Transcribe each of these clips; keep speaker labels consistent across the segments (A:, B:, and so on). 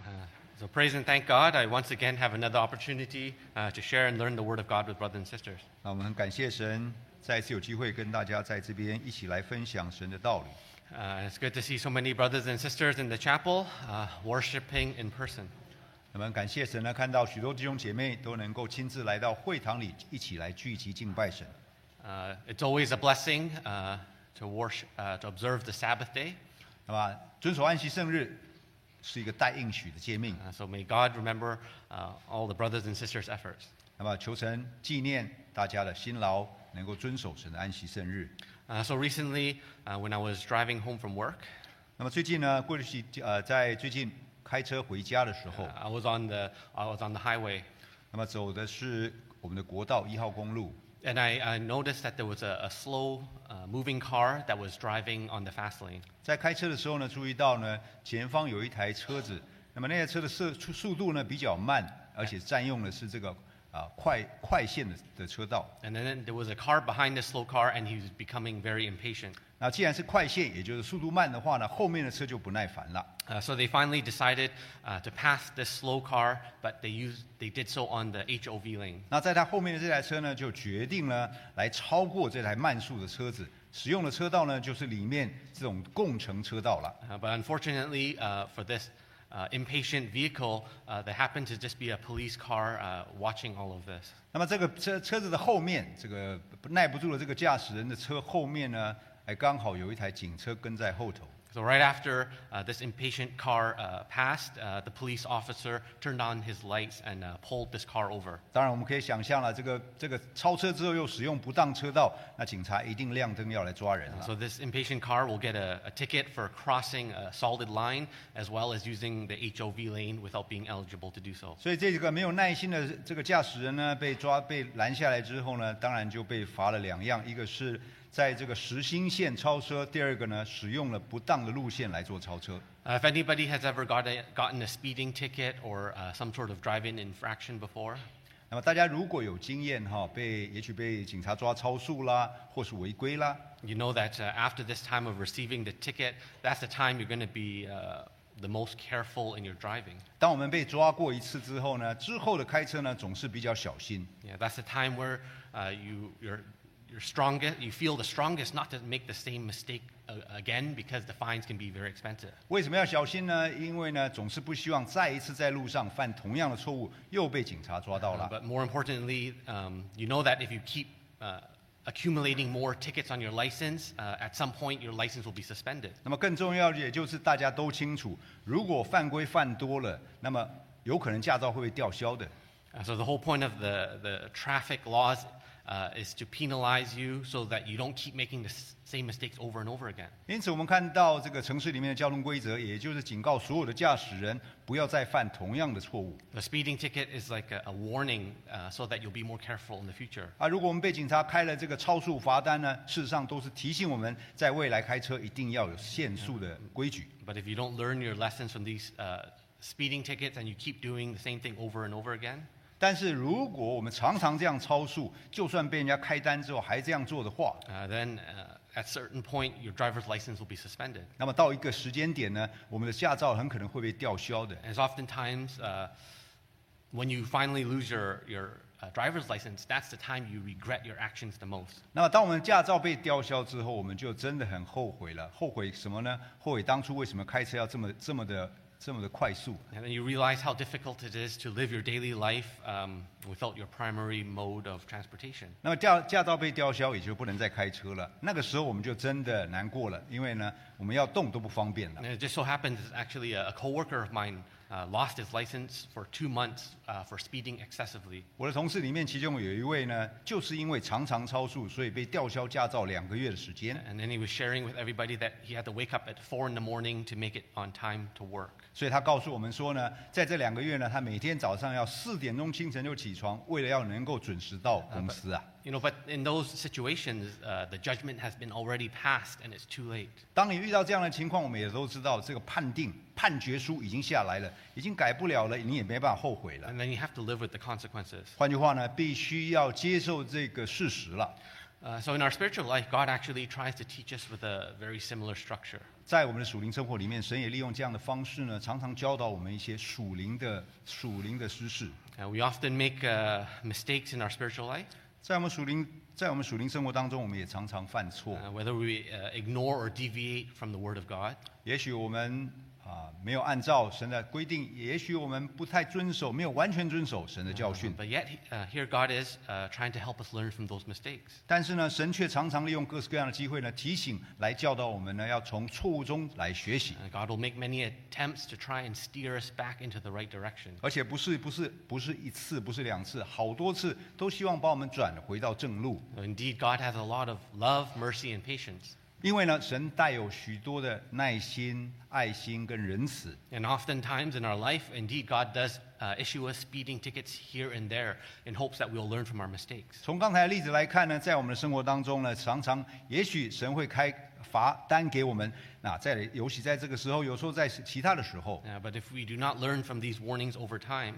A: Uh, So praise and thank God. I once again have another opportunity uh, to share and learn the Word of God with brothers and sisters.
B: 那我们很感谢神，再一次有机会跟大家在这边一起来分享神的道理。
A: Uh, and it's good to see so many brothers and sisters in the chapel uh, worshiping in person.
B: 那么感谢神呢，看到许多弟兄姐妹都能够亲自来到会堂里，一起来聚集敬拜神。
A: Uh, it's always a blessing uh, to worship, uh, to observe the Sabbath day.
B: 那么遵守安息圣日是一个带应许的诫命。
A: Uh, so may God remember uh, all the brothers and sisters' efforts.
B: 那么求神纪念大家的辛劳，能够遵守神的安息圣日。
A: Uh, so recently, uh, when I was driving home from work,
B: 那么最近呢，过去呃，在最近开车回家的时
A: uh,
B: 候，
A: I was on the I was on the highway,
B: 那么走的是我们的国道一号公路。
A: and I, I noticed that there was a, a slow uh, moving car that was driving on the fast lane.
B: 在开车的时候呢，注意到呢前方有一台车子，那么那台车的速速速度呢比较慢，而且占用的是这个啊、快快线的的车道。
A: And then there was a car behind the slow car, and he was becoming very impatient.
B: 那既然是快线，也就是速度慢的话呢，后面的车就不耐烦了。
A: Uh, so they finally decided uh, to pass this slow car, but they used they did so on the HOV lane.
B: 那在他后面的这台车呢，就决定呢来超过这台慢速的车子，使用的车道呢就是里面这种共乘车道了。
A: Uh, but unfortunately, uh, for this uh, impatient vehicle, uh, there happened to just be a police car uh, watching all of this.
B: 那么这个车车子的后面，这个耐不住的这个驾驶人的车后面呢，哎刚好有一台警车跟在后头。
A: So right after uh, this impatient car uh, passed, uh, the police officer turned on his lights and uh, pulled this car over.
B: 当然，我们可以想象了，这个这个超车之后又使用不当车道，那警察一定亮灯要来抓人
A: Uh,
B: 啊了。
A: So this impatient car will get a, a ticket for crossing a solid line as well as using the HOV lane without being eligible to do so.
B: 所以这个没有耐心的这个驾驶人呢，被抓被拦下来之后呢，当然就被罚了两样，一个是在这个实心线超车，第二个呢使用了不当的路线来做超车。
A: Uh, if anybody has ever got a, gotten a speeding ticket or uh, some sort of drive-in infraction before,
B: 那么大家如果有经验哈，被也许被警察抓超速啦，或是违规啦，
A: you know that uh, after this time of receiving the ticket, that's the time you're going to be uh, the most careful in your driving.
B: 当我们被抓过一次之后呢，之后的开车呢总是比较小心。
A: Yeah, that's the time where uh, you, you're, you're strongest, you feel the strongest not to make the same mistake uh, again because the fines can be very expensive.
B: 为什么要小心呢？因为呢，总是不希望再一次在路上犯同样的错误，又被警察抓到
A: Uh,
B: 了。
A: but more importantly, um, you know that if you keep uh, accumulating more tickets on your license, uh, at some point your license will be suspended.
B: 那么更重要的，也就是大家都清楚，如果犯规犯多了，那么有可能驾照会被吊销的。
A: Uh, so the whole point of the, the traffic laws uh, is to penalize you so that you don't keep making the s- same mistakes over and over again.
B: 因此，我们看到这个城市里面的交通规则，也就是警告所有的驾驶人不要再犯同样的错误。
A: The speeding ticket is like a, a warning uh, so that you'll be more careful in the future.
B: 啊，如果我们被警察开了这个超速罚单呢，事实上都是提醒我们在未来开车一定要有限速的规矩。
A: But if you don't learn your lessons from these uh, speeding tickets and you keep doing the same thing over and over again,
B: 但是如果我们常常这样超速，就算被人家开单之后还这样做的话，
A: uh, then uh, at certain point your driver's license will be suspended.
B: 那么到一个时间点呢，我们的驾照很可能会被吊销的。
A: And it's oftentimes uh, when you finally lose your, your uh, driver's license, that's the time you regret your actions the most.
B: 那么，当我们驾照被吊销之后，我们就真的很后悔了。后悔什么呢？后悔当初为什么开车要这么、这么的、这么的快速。
A: And then you realize how difficult it is to live your daily life um, without your primary mode of transportation.
B: 那么驾驾照被吊销，也就不能再开车了。那个时候我们就真的难过了，因为呢，我们要动都不方便了
A: And。it just so happens, actually, a, a coworker of mine uh, lost his license for two months uh, for speeding excessively.
B: 我的同事里面，其中有一位呢，就是因为常常超速，所以被吊销驾照两个月的时间。
A: And then he was sharing with everybody that he had to wake up at four in the morning to make it on time to work.
B: 所以他告诉我们说呢，在这两个月呢，他每天早上要四点钟清晨就起床，为了要能够准时到公司啊。
A: You know, but in those situations, uh, the judgment has been already passed and it's too late.
B: 当你遇到这样的情况，我们也都知道，这个判定判决书已经下来了，已经改不了了，你也没办法后悔了。
A: And then you have to live with the consequences.
B: 换句话呢，必须要接受这个事实了。
A: Uh, so in our spiritual life, God actually tries to teach us with a very similar structure.
B: 在我们的属灵生活里面，神也利用这样的方式呢，常常教导我们一些属灵的属灵的知识。
A: Uh, we often make uh, mistakes in our spiritual life,
B: 在我们属灵在我们属灵生活当中，我们也常常犯错。
A: uh, whether we uh, ignore or deviate from the Word of God.
B: 也许我们啊、没有按照神的规定，也许我们不太遵守，没有完全遵守神的教训。
A: But yet, uh, here God is uh, trying to help us learn from those mistakes.
B: 但是呢，神却常常利用各式各样的机会呢，提醒来教导我们呢，要从错误中来学习，
A: Uh, God will make many attempts to try and steer us back into the right direction.
B: 而且不是不是不是一次，不是两次，好多次都希望把我们转回到正路。
A: Indeed, God has a lot of love, mercy, and patience.
B: 因为呢，神带有许多的耐心、爱心跟仁慈，
A: And oftentimes in our life, indeed, God does uh, issue us speeding tickets here and there in hopes that we'll learn from our mistakes.
B: 从刚才的例子来看呢，在我们的生活当中呢，常常也许神会开罚单给我们，那在尤其在这个时候，有时候在其他的时候，
A: Uh, but if we do not learn from these warnings over time,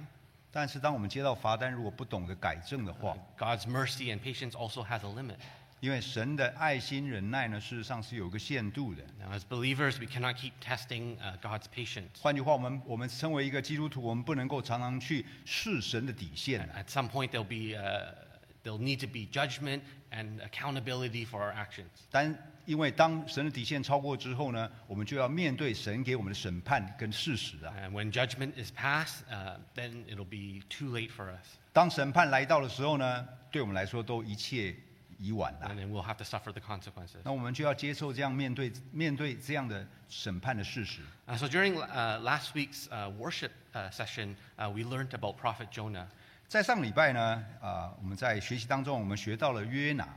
B: 但是当我们接到罚单，如果不懂得改正的话，
A: God's mercy and patience also has a limit.
B: 因为神的爱心忍耐呢，事实上是有个限度的。
A: Now, as believers, we cannot keep testing uh, God's patience.
B: 换句话，我们我们身为一个基督徒，我们不能够常常去试神的底线啊
A: At-。At some point, there'll be uh, there'll need to be judgment and accountability for our actions.
B: 但因为当神的底线超过之后呢，我们就要面对神给我们的审判跟事实啊。
A: And when judgment is passed, uh, then it'll be too late for us,
B: 当审判来到的时候呢，对我们来说都一切已晚了。
A: and then we'll have to suffer the consequences.
B: 那我们就要接受这样面对面对这样的审判的事实。
A: Uh, so during uh, last week's uh, worship uh, session, uh, we learned about Prophet Jonah
B: 在上礼拜呢，啊、我们在学习当中，我们学到了约拿。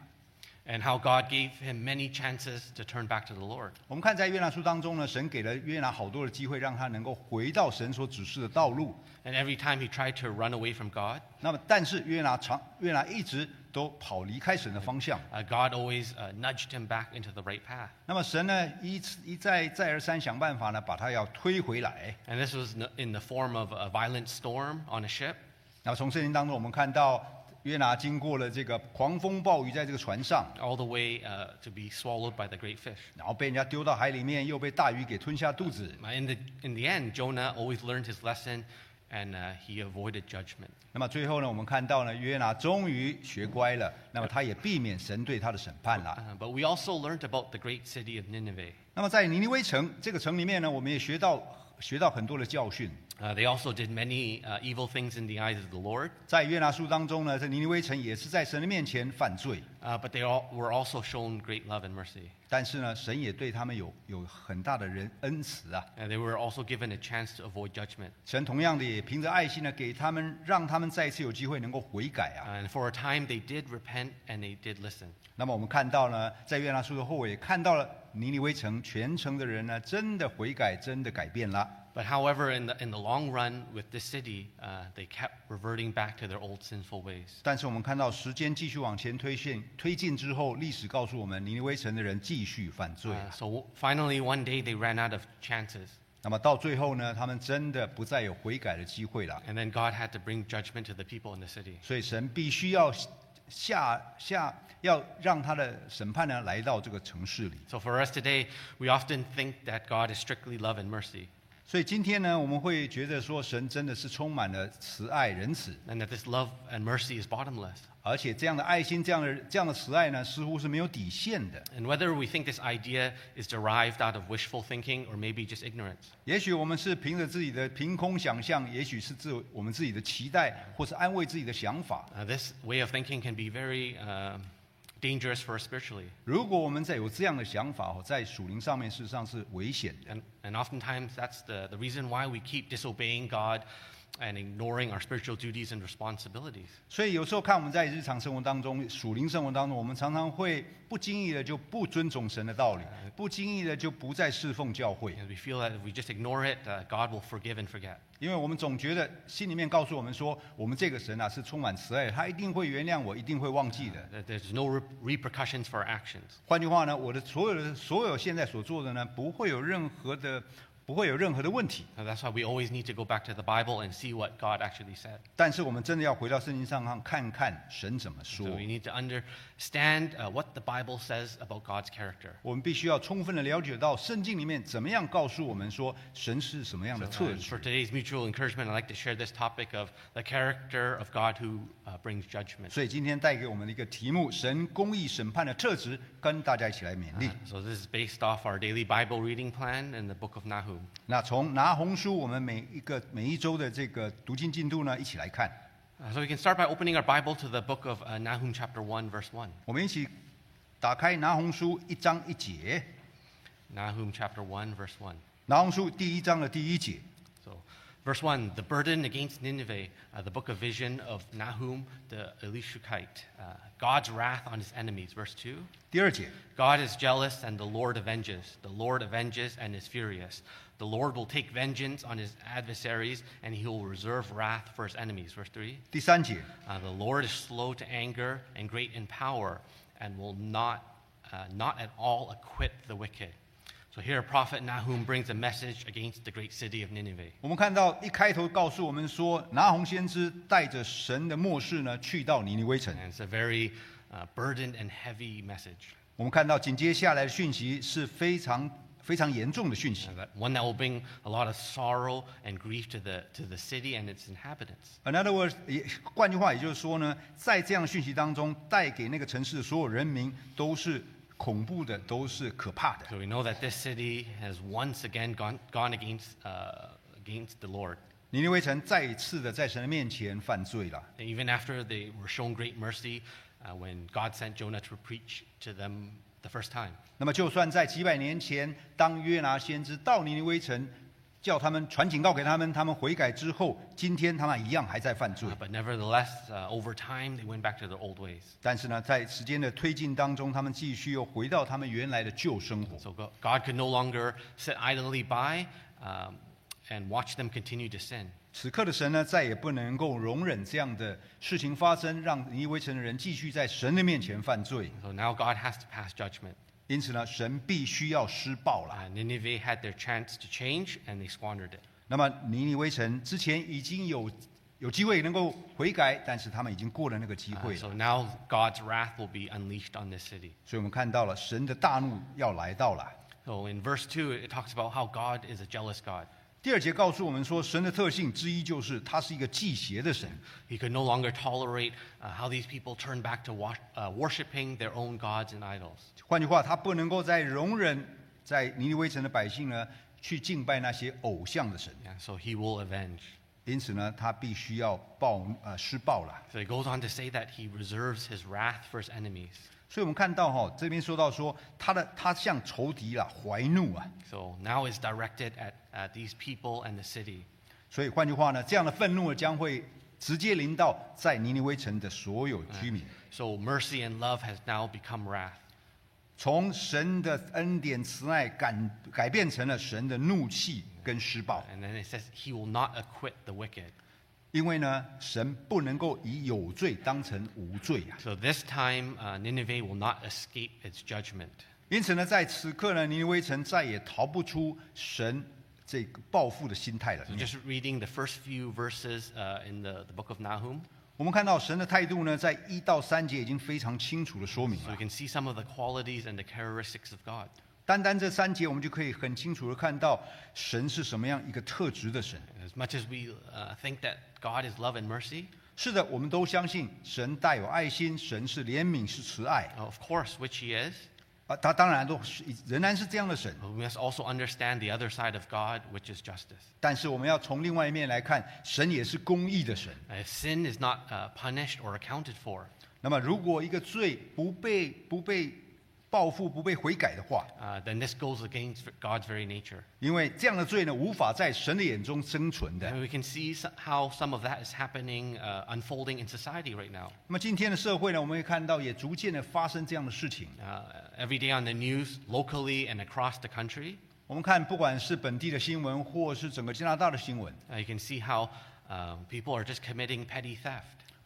A: and how God gave him many chances to turn back to the Lord.
B: 我们看在约拿书当中呢，神给了约拿好多的机会，让他能够回到神所指示的道路。
A: And every time he tried to run away from God,
B: 那么，但是约拿常约拿一直都跑离开神的方向。
A: uh, God always uh, nudged him back into the right path.
B: 那么神呢，一次一再再而三想办法呢，把他要推回来。
A: And this was n- in the form of a violent storm on a ship.
B: 那从圣经当中，我们看到约拿经过了这个狂风暴雨，在这个船上，
A: all the way uh, to be swallowed by the great fish.
B: 然后被人家丢到海里面，又被大鱼给吞下肚子。
A: Uh, In the, in the end, Jonah always learned his lesson and uh, he avoided judgment.
B: 那么最后呢，我们看到呢，约拿终于学乖了，那么他也避免神对他的审判了。
A: Uh, but we also learned about the great city of Nineveh.
B: 那么在尼尼微城这个城里面呢，我们也学到学到很多的教训。
A: Uh, they also did many uh, evil things in the eyes of the Lord,
B: 在约拿书当中呢，这尼尼微城也是在神的面前犯罪，
A: uh, but they all were also shown great love and mercy.
B: 但是呢，神也对他们有有很大的仁恩慈啊。
A: And they were also given a chance to avoid judgment.
B: 神同样的也凭着爱心呢，给他们让他们再一次有机会能够悔改啊。
A: Uh, And for a time, they did repent and they did listen.
B: 那么我们看到呢，在约拿书的后尾看到了尼尼微城全城的人呢，真的悔改，真的改变了。
A: But however, in the, in the long run with this city, uh, they kept reverting back to their old sinful ways.
B: 但是我们看到时间继续往前推进，推进之后，历史告诉我们，尼尼微城的人继续犯罪。
A: Uh, so finally, one day they ran out of chances,
B: 那么到最后呢，他们真的不再有悔改的机会了。
A: and then God had to bring judgment to the people in the city.
B: 所以神必须要下下要让他的审判呢来到这个城市里。
A: So for us today, we often think that God is strictly love and mercy,
B: 所以今天呢，我们会觉得说，神真的是充满了慈爱仁慈，
A: and that this love and mercy is bottomless.
B: 而且这样的爱心、这样的这样的慈爱呢，似乎是没有底线的。
A: And whether we think this idea is derived out of wishful thinking or maybe just ignorance,
B: 也许我们是凭着自己的凭空想象，也许是自我们自己的期待，或是安慰自己的想法。
A: uh, this way of thinking can be very um dangerous for us spiritually.
B: 如果我们在有这样的想法哦，在属灵上面事实上是危险的。
A: And, and oftentimes that's the, the reason why we keep disobeying God and ignoring our spiritual duties and responsibilities.
B: 所以有时候看我们在日常生活当中、属灵生活当中，我们常常会不经意的就不尊重神的道理，不经意的就不再侍奉教会，
A: And we feel that if we just ignore it, uh, God will forgive and forget.
B: 因为我们总觉得心里面告诉我们说，我们这个神啊是充满慈爱的，他一定会原谅我，一定会忘记的。
A: That there's no re- repercussions for our actions.
B: 换句话呢，我的所有的所有现在所做的呢，不会有任何的不会有任何的问题。
A: And that's why we always need to go back to the Bible and see what God actually said.
B: 但是我们真的要回到圣经上看看看神怎么说
A: So。we need to understand uh, what the Bible says about God's character.
B: 我们必须要充分的了解到圣经里面怎么样告诉我们说神是什么样的
A: So,
B: 特
A: um,
B: 质
A: for。today's mutual encouragement, I'd like to share this topic of the character of God who uh, brings judgment.
B: 所以今天带给我们的一个题目：神公义审判的特质，跟大家一起来勉励
A: Uh,。so this is based off our daily Bible reading plan in the book of Nahum.
B: 那从拿红书，我们每一个每一周的这个读经进度呢，一起来看。
A: Uh, so we can start by opening our Bible to the book of uh, Nahum, chapter 1, verse 1.
B: 我们一起打开拿红书一章一节，
A: Nahum, chapter 1, verse 1.
B: 拿红书第一章的第一节。
A: So, verse 1 The burden against Nineveh, uh, the book of vision of Nahum the Elishukite, uh, God's wrath on his enemies. Verse 2
B: 第二节，
A: God is jealous and the Lord avenges. The Lord avenges and is furious. The Lord will take vengeance on his adversaries and he will reserve wrath for his enemies. Verse 3
B: 第三节，
A: uh, The Lord is slow to anger and great in power and will not, uh, not at all acquit the wicked. So here, Prophet Nahum brings a message against the great city of Nineveh.
B: 我们看到一开头告诉我们说，拿红先知带着神的漠视呢，去到尼尼微城。
A: And it's a very uh, burdened and heavy message,
B: 我们看到紧接下来的讯息是非常非常严重的讯息
A: uh,，that- one that will bring a lot of sorrow and grief to the, to the city and its inhabitants.
B: In other words，也换句话，也就是说呢，在这样的讯息当中，带给那个城市的所有人民都是恐怖的，都是可怕的。
A: So we know that this city has once again gone, gone against, uh, against the Lord.
B: 尼尼微城再一次的在神的面前犯罪了。
A: And even after they were shown great mercy uh, when God sent Jonah to preach to them the first time.
B: 那么，就算在几百年前，当约拿先知到尼尼微城，叫他们传警告给他们，他们悔改之后，今天他们一样还在犯罪
A: Uh,。but nevertheless, uh, over time, they went back to their old ways.
B: 但是呢，在时间的推进当中，他们继续又回到他们原来的旧生活。
A: So Go- God could no longer sit idly by um, and watch them continue to sin.
B: 此刻的神呢，再也不能够容忍这样的事情发生，让尼尼微城的人继续在神的面前犯罪。
A: So now God has to pass judgment.
B: 因此呢，神必须要施暴了。
A: Uh, Nineveh had their chance to change and they squandered it.
B: 那么尼尼微城之前已经有有机会能够悔改，但是他们已经过了那个机
A: Uh,
B: 会了。
A: so now God's wrath will be unleashed on this city.
B: 所以我们看到了神的大怒要来到了。
A: So in verse 2, it talks about how God is a jealous God.
B: 第二节告诉我们说，神的特性之一就是他是一个忌邪的神。
A: He could no longer tolerate uh, how these people turned back to wa- uh, worshiping their own gods and idols.
B: 换句话，他不能够再容忍在尼尼微城的百姓呢去敬拜那些偶像的神，
A: Yeah, so he will avenge.
B: 因此呢，他必须要报呃施暴了。
A: So he goes on to say that he reserves his wrath for his enemies.
B: 所以我们看到哈、这边说到说他的他向仇敌啦怀怒啊，
A: So now it's directed at, at these people and the city.
B: 所以换句话呢，这样的愤怒呢将会直接临到在尼尼微城的所有居民。
A: So mercy and love has now become wrath.
B: 从神的恩典慈爱改改变成了神的怒气跟施暴，
A: And then it says, He will not acquit the wicked.
B: 因为呢，神不能够以有罪当成无罪啊。
A: So this time, uh, Nineveh will not escape its judgment.
B: 因此呢，在此刻呢，尼尼微城再也逃不出神这个报复的心态了
A: So。just reading the first few verses uh, in the, the book of Nahum,
B: 我们看到神的态度呢，在一到三节已经非常清楚的说明
A: so
B: 了
A: we。can see some of the qualities and the characteristics of God.
B: 单单这三节，我们就可以很清楚的看到神是什么样一个特质的神。
A: As much as we uh, think that God is love and mercy,
B: 是的，我们都相信神带有爱心，神是怜悯，是慈爱
A: uh, of course, which He is,
B: 啊。他当然都是仍然是这样的神，
A: but we must also understand the other side of God, which is justice.
B: 但是我们要从另外一面来看，神也是公义的神。
A: Uh, If sin is not uh, punished or accounted for,
B: 那么，如果一个罪不被不被报复、不被悔改的话，
A: uh, then this goes against God's very nature.
B: 因为这样的罪呢，无法在神的眼中生存的。
A: And we can see so- how some of that is happening, uh, unfolding in society right now.
B: 那么今天的社会呢，我们会看到也逐渐的发生这样的事情。
A: Uh, every day on the news, locally and across the country,
B: 我们看，不管是本地的新闻，或是整个加拿大的新闻，
A: um, uh, you can see how uh, people are just committing petty theft.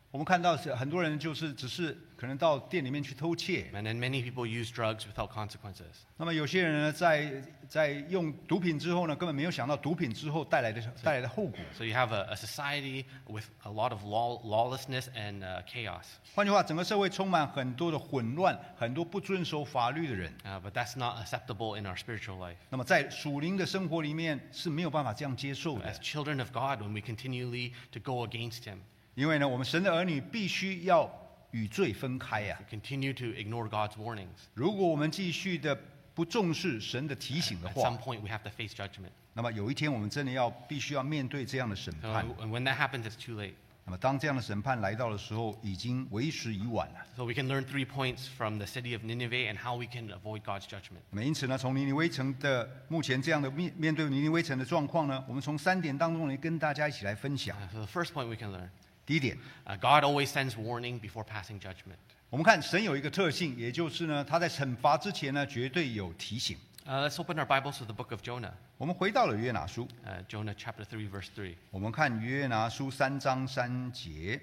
B: 我们看到是很多人就是只是可能到店里面去偷窃，
A: And then many people use drugs without consequences.
B: 那么有些人呢，在在用毒品之后呢，根本没有想到毒品之后带来的带来的后果。
A: So you have a, a society with a lot of law, lawlessness and uh, chaos.
B: 换句话，整个社会充满很多的混乱，很多不遵守法律的人。
A: Uh, but that's not acceptable in our spiritual life.
B: 那么在属灵的生活里面是没有办法这样接受
A: As
B: 的，
A: children of God, when we continually to go against Him,
B: 因为呢，我们神的儿女必须要与罪分开呀、
A: we continue to ignore God's warnings.
B: 如果我们继续的不重视神的提醒的
A: At some
B: 话，
A: point, we have to face judgment.
B: 那么有一天我们真的要必须要面对这样的审
A: So,
B: 判。
A: and when that happens, it's too late.
B: 那么当这样的审判来到的时候，已经为时已晚了。
A: So we can learn three points from the city of Nineveh and how we can avoid God's judgment.
B: 那么因此呢，从尼尼微城的目前这样的面面对尼尼微城的状况呢，我们从三点当中来跟大家一起来分享
A: Uh,。so the first point we can learn
B: 第一点，
A: uh, God always sends warning before passing judgment.
B: 我们看神有一个特性，也就是呢，他在惩罚之前呢，绝对有提醒。
A: Uh, let's open our Bibles to the book of Jonah,
B: 我们回到了约拿书，
A: uh, Jonah chapter 3, verse 3.
B: 我们看约拿书三章三节，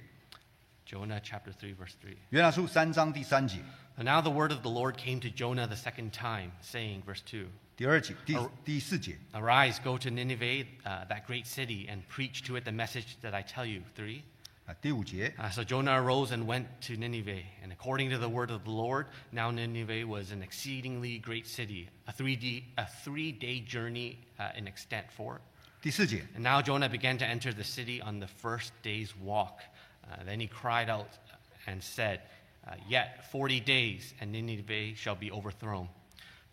A: Jonah chapter 3, verse 3.
B: 约拿书三章第三节，
A: So now the word of the Lord came to Jonah the second time, saying, verse 2.
B: 第二节，第
A: 哦
B: 第四节。
A: Arise, go to Nineveh, uh, that great city, and preach to it the message that I tell you. Three.
B: 啊，第五节，
A: Uh, so Jonah arose and went to Nineveh, and according to the word of the Lord, now Nineveh was an exceedingly great city, a three d a three day journey uh, in extent. Four.
B: 第四节，
A: And now Jonah began to enter the city on the first day's walk. Uh, then he cried out and said, uh, Yet 40 days, and Nineveh shall be overthrown.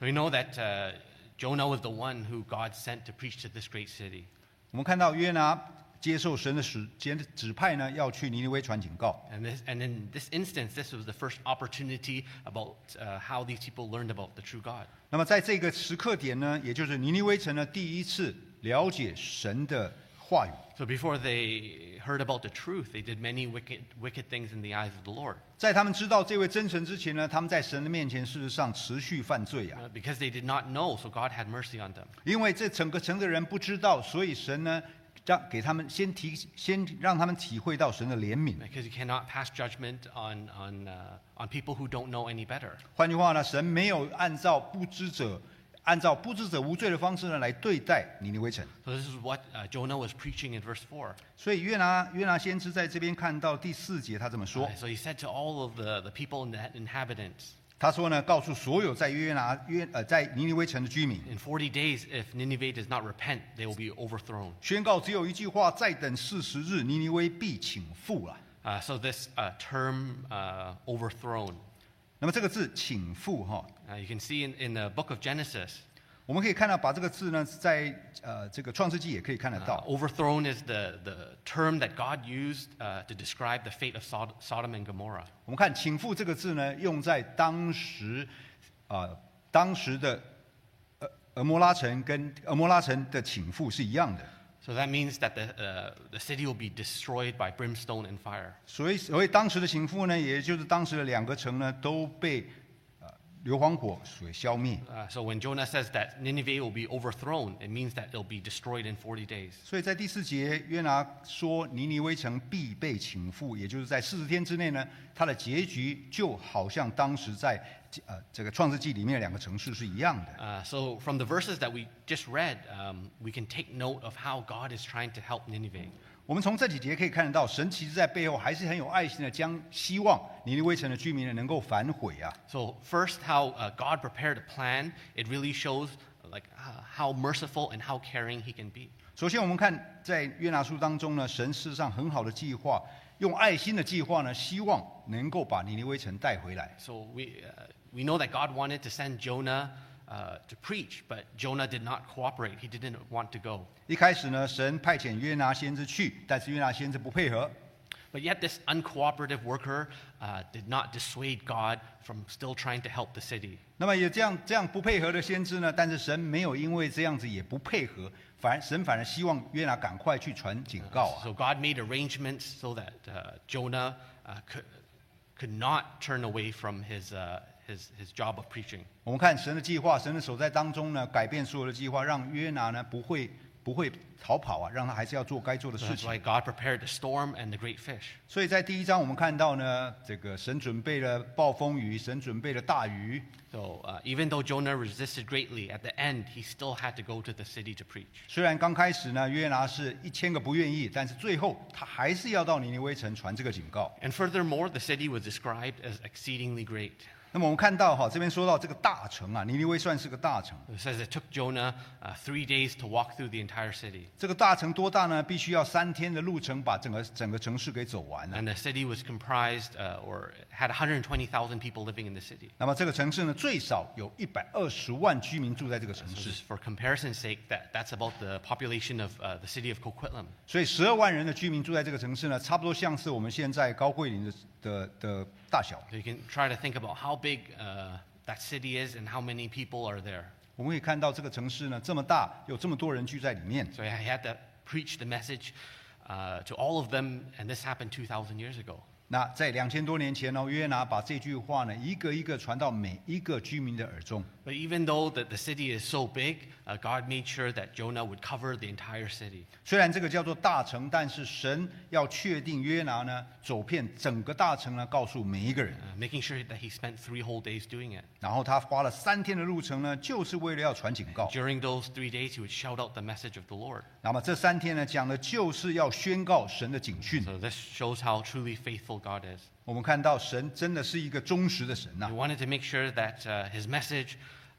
A: We know that uh, Jonah was the one who God sent to preach to this great city.
B: 我们看到约拿接受神的使接指派呢，要去尼尼微传警告。
A: And, this, and in this instance, this was the first opportunity about uh, how these people learned about the true God.
B: 那么在这个时刻点呢，也就是尼尼微城呢，第一次了解神的话语。
A: So before they heard about the truth, they did many wicked, wicked things in the eyes of the Lord.
B: 在他们知道这位真神之前呢，他们在神的面前事实上持续犯罪啊，
A: Uh, because they did not know, so God had mercy on them.
B: 因为这整个城的人不知道，所以神呢让给他们先提先让他们体会到神的怜悯。
A: Because you cannot pass judgment on, on, uh, on people who don't know any better.
B: 换句话呢，神没有按照不知者按照不知者无罪的方式呢来对待尼尼微城。
A: So this is what uh, Jonah was preaching in verse 4.
B: 所以约拿约拿先知在这边看到第四节，他这么说
A: Uh,，so he said to all of the, the people and the inhabitants,
B: 他说呢，告诉所有在约拿约呃在尼尼微城的居民，
A: in 40 days, if Nineveh does not repent, they will be overthrown.
B: 宣告只有一句话：再等四十日，尼尼微必请啊复了。
A: Uh, so this uh, term, uh, overthrown,
B: 那么这个字“请复”哈，
A: uh, you can see in, in the book of Genesis,
B: 我们可以看到，把这个字呢，在呃这个创世纪也可以看得
A: uh,
B: 到。
A: overthrown is the, the term that God used uh, to describe the fate of Sod- Sodom and Gomorrah.
B: 我们看“请复”这个字呢，用在当时呃当时的呃俄摩拉城跟俄摩拉城的请复是一样的。
A: So that means that the, uh, the city will be destroyed by brimstone and fire.
B: 所以，所谓当时的情妇呢，也就是当时的两个城呢，都被呃硫磺火所消灭。
A: Uh, so when Jonah says that Nineveh will be overthrown, it means that it'll be destroyed in 40 days.
B: 所以在第四节，约拿说尼尼微城必被倾覆，也就是在四十天之内呢，它的结局就好像当时在呃这个创世纪里面的两个城市是一样的。
A: Uh, so from the verses that we just read, um, we can take note of how God is trying to help Nineveh.
B: 我们从这几节可以看得到，神其实在背后还是很有爱心的，将希望尼尼微城的居民呢能够反悔啊。
A: So first, how uh, God prepared a plan. It really shows like uh, how merciful and how caring He can be.
B: 首先，我们看在约拿书当中呢，神事实上很好的计划，用爱心的计划呢，希望能够把尼尼微城带回来。
A: So we uh, we know that God wanted to send Jonah uh, to preach, but Jonah did not cooperate. He didn't want to go.
B: 一开始呢，神派遣约拿先知去，但是约拿先知不配合，
A: But yet, this uncooperative worker uh, did not dissuade God from still trying to help the city.
B: 那么也这样这样不配合的先知呢，但是神没有因为这样子也不配合，反而神反而希望约拿赶快去传警告啊。
A: So God made arrangements so that uh, Jonah uh, could, could not turn away from his, uh, his, his job of preaching.
B: 我们看神的计划，神的手在当中呢，改变所有的计划，让约拿呢不会不会逃跑啊，让他还是要做该做的
A: So
B: 事
A: that's
B: 情。
A: why God prepared the storm and the great fish.
B: 所以在第一章我们看到呢，这个神准备了暴风雨，神准备了大雨。
A: So uh, even though Jonah resisted greatly, at the end he still had to go to the city to preach.
B: 虽然刚开始呢，约拿是一千个不愿意，但是最后他还是要到尼尼微城传这个警告。
A: And furthermore, the city was described as exceedingly great.
B: 那么我们看到哈，这边说到这个大城啊，尼尼微算是个大城。
A: It says it took Jonah uh, three days to walk through the entire city,
B: 这个大城多大呢？必须要三天的路程把整个整个城市给走完啊了。
A: and the city was comprised uh, or had 120,000 people living in the city.
B: 那么这个城市呢，最少有一百二十万居民住在这个城
A: So
B: 市，
A: just for comparison's sake, that, that's about the population of uh, the city of Coquitlam.
B: 所以十二万人的居民住在这个城市呢，差不多像是我们现在高桂林的的的大小。
A: So you can try to think about how big uh, that city is and how many people are there.
B: 我们可以看到这个城市呢这么大，有这么多人聚在里面，
A: So I had to preach the message uh, to all of them, and this happened 2,000 years ago.
B: 那在两千多年前呢，约拿把这句话呢一个一个传到每一个居民的耳中。
A: But even though the, the city is so big, uh, God made sure that Jonah would cover the entire city.
B: 虽然这个叫做大城，但是神要确定约拿呢走遍整个大城呢，告诉每一个人。
A: uh, making sure that he spent three whole days doing it.
B: 然后他花了三天的路程呢，就是为了要传警告。
A: During those three days, he would shout out the message of the Lord.
B: 那么这三天呢，讲的就是要宣告神的警讯。
A: So this shows how truly faithful God is.
B: 我们看到神真的是一个忠实的神呐、啊
A: He wanted to make sure that uh, his message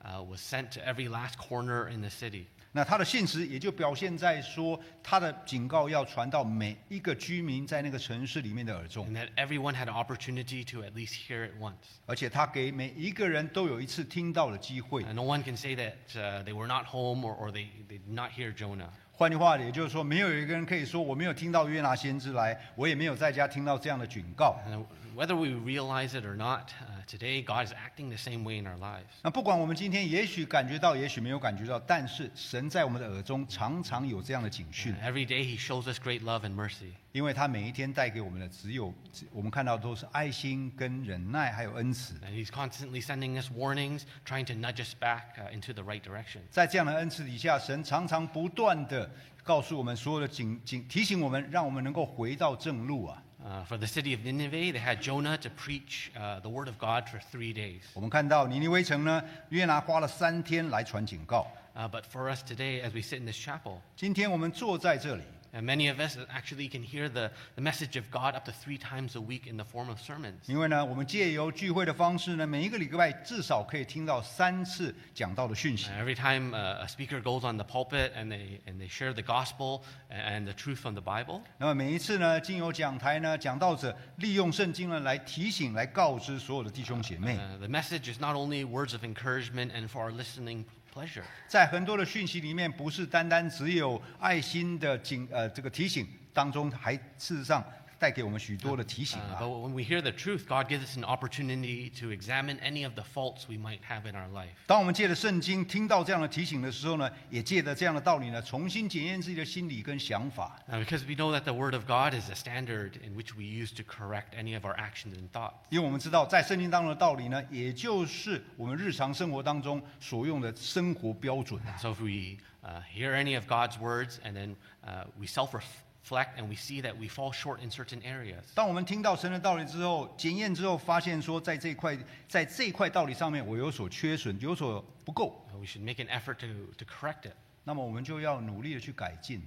A: uh, was sent to every last corner in the city.
B: 那他的信实也就表现在说，他的警告要传到每一个居民在那个城市里面的耳中，
A: and that everyone had an opportunity to at least hear it once.
B: 而且他给每一个人都有一次听到的机会。
A: And no one can say that uh, they were not home or, or they, they did not hear Jonah.
B: 换句话，也就是说，没有一个人可以说我没有听到约拿先知来，我也没有在家听到这样的警告。
A: And whether we realize it or not, uh, today God is acting the same way in our lives.
B: 那不管我们今天也许感觉到，也许没有感觉到，但是神在我们的耳中常常有这样的警讯
A: And，every day He shows us great love and mercy.
B: 因为他每一天带给我们的只有只我们看到都是爱心跟忍耐，还有恩慈。
A: And He's constantly sending us warnings, trying to nudge us back uh, into the right direction.
B: 在这样的恩赐底下，神常常不断的告诉我们所有的警警提醒我们，让我们能够回到正路啊。
A: Uh, for the city of Nineveh, they had Jonah to preach uh, the word of God for three days.
B: 我们看到尼尼微城呢，约拿花了三天来传警告。
A: Uh, but for us today, as we sit in this chapel,
B: 今天我们坐在这里，
A: And many of us actually can hear the, the message of God up to three times a week in the form of sermons.
B: 因为呢，我们借由聚会的方式呢，每一个礼拜至少可以听到三次讲到的讯息
A: Uh,。every time uh, a speaker goes on the pulpit and they, and they share the gospel and the truth from the Bible,
B: 那么每一次呢，经由讲台呢，讲道者利用圣经呢来提醒、来告知所有的弟兄姐妹。
A: uh, the message is not only words of encouragement and for our listening pleasure,
B: 在很多的讯息里面，不是单单只有爱心的警呃这个提醒当中，还事实上带给我们许多的提
A: uh,
B: 醒啊
A: but。when we hear the truth, God gives us an opportunity to examine any of the faults we might have in our life.
B: 当我们借着圣经听到这样的提醒的时候呢，也借着这样的道理呢，重新检验自己的心理跟想法。
A: Uh, because we know that the Word of God is a standard in which we use to correct any of our actions and thoughts.
B: 因为我们知道，在圣经当中的道理呢，也就是我们日常生活当中所用的生活标准啊。
A: So if we uh, hear any of God's words and then uh, we self reflect and we see that we fall short in certain areas,
B: 当我们听到神的道理之后，检验之后，发现说，在这一块，在这一块道理上面，我有所缺损，有所不够，
A: uh, we should make an effort to, to correct it.
B: 那么我们就要努力的去改进。